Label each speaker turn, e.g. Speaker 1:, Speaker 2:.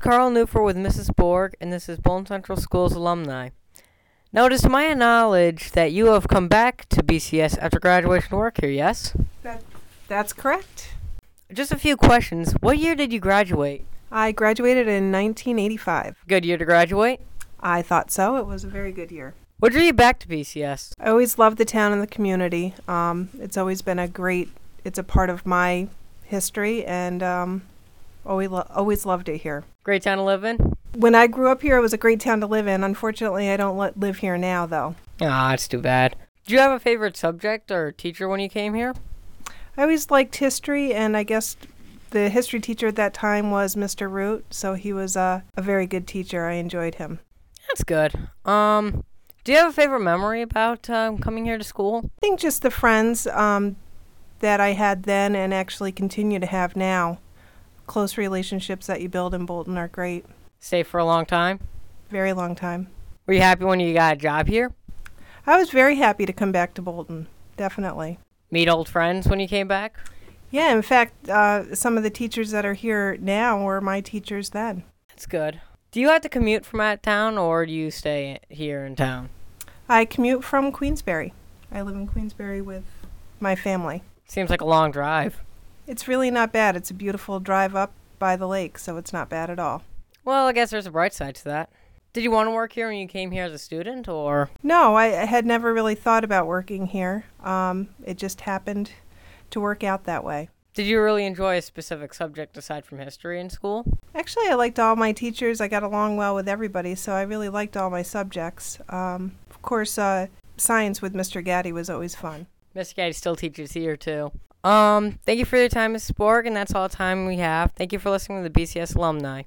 Speaker 1: Carl Newford with Mrs. Borg, and this is Bone Central School's alumni. Now, it is to my knowledge that you have come back to BCS after graduation work here, yes?
Speaker 2: That's correct.
Speaker 1: Just a few questions. What year did you graduate?
Speaker 2: I graduated in 1985.
Speaker 1: Good year to graduate.
Speaker 2: I thought so. It was a very good year.
Speaker 1: What drew you back to BCS?
Speaker 2: I always loved the town and the community. Um, it's always been a great. It's a part of my history, and um, always lo- always loved it here.
Speaker 1: Great town to live in?
Speaker 2: When I grew up here, it was a great town to live in. Unfortunately, I don't li- live here now, though.
Speaker 1: Ah, it's too bad. Did you have a favorite subject or teacher when you came here?
Speaker 2: I always liked history, and I guess the history teacher at that time was Mr. Root, so he was uh, a very good teacher. I enjoyed him.
Speaker 1: That's good. Um, do you have a favorite memory about um, coming here to school?
Speaker 2: I think just the friends um, that I had then and actually continue to have now. Close relationships that you build in Bolton are great.
Speaker 1: Stay for a long time?
Speaker 2: Very long time.
Speaker 1: Were you happy when you got a job here?
Speaker 2: I was very happy to come back to Bolton, definitely.
Speaker 1: Meet old friends when you came back?
Speaker 2: Yeah, in fact, uh, some of the teachers that are here now were my teachers then.
Speaker 1: That's good. Do you have to commute from out of town or do you stay here in town?
Speaker 2: I commute from Queensbury. I live in Queensbury with my family.
Speaker 1: Seems like a long drive.
Speaker 2: It's really not bad. It's a beautiful drive up by the lake, so it's not bad at all.
Speaker 1: Well, I guess there's a bright side to that. Did you want to work here when you came here as a student or?
Speaker 2: No, I I had never really thought about working here. Um, it just happened to work out that way.
Speaker 1: Did you really enjoy a specific subject aside from history in school?
Speaker 2: Actually, I liked all my teachers. I got along well with everybody, so I really liked all my subjects. Um, of course, uh, science with Mr. Gaddy was always fun.
Speaker 1: Miss Gaddy still teaches here too. Um, thank you for your time, Mrs. Borg, and that's all the time we have. Thank you for listening to the BCS alumni.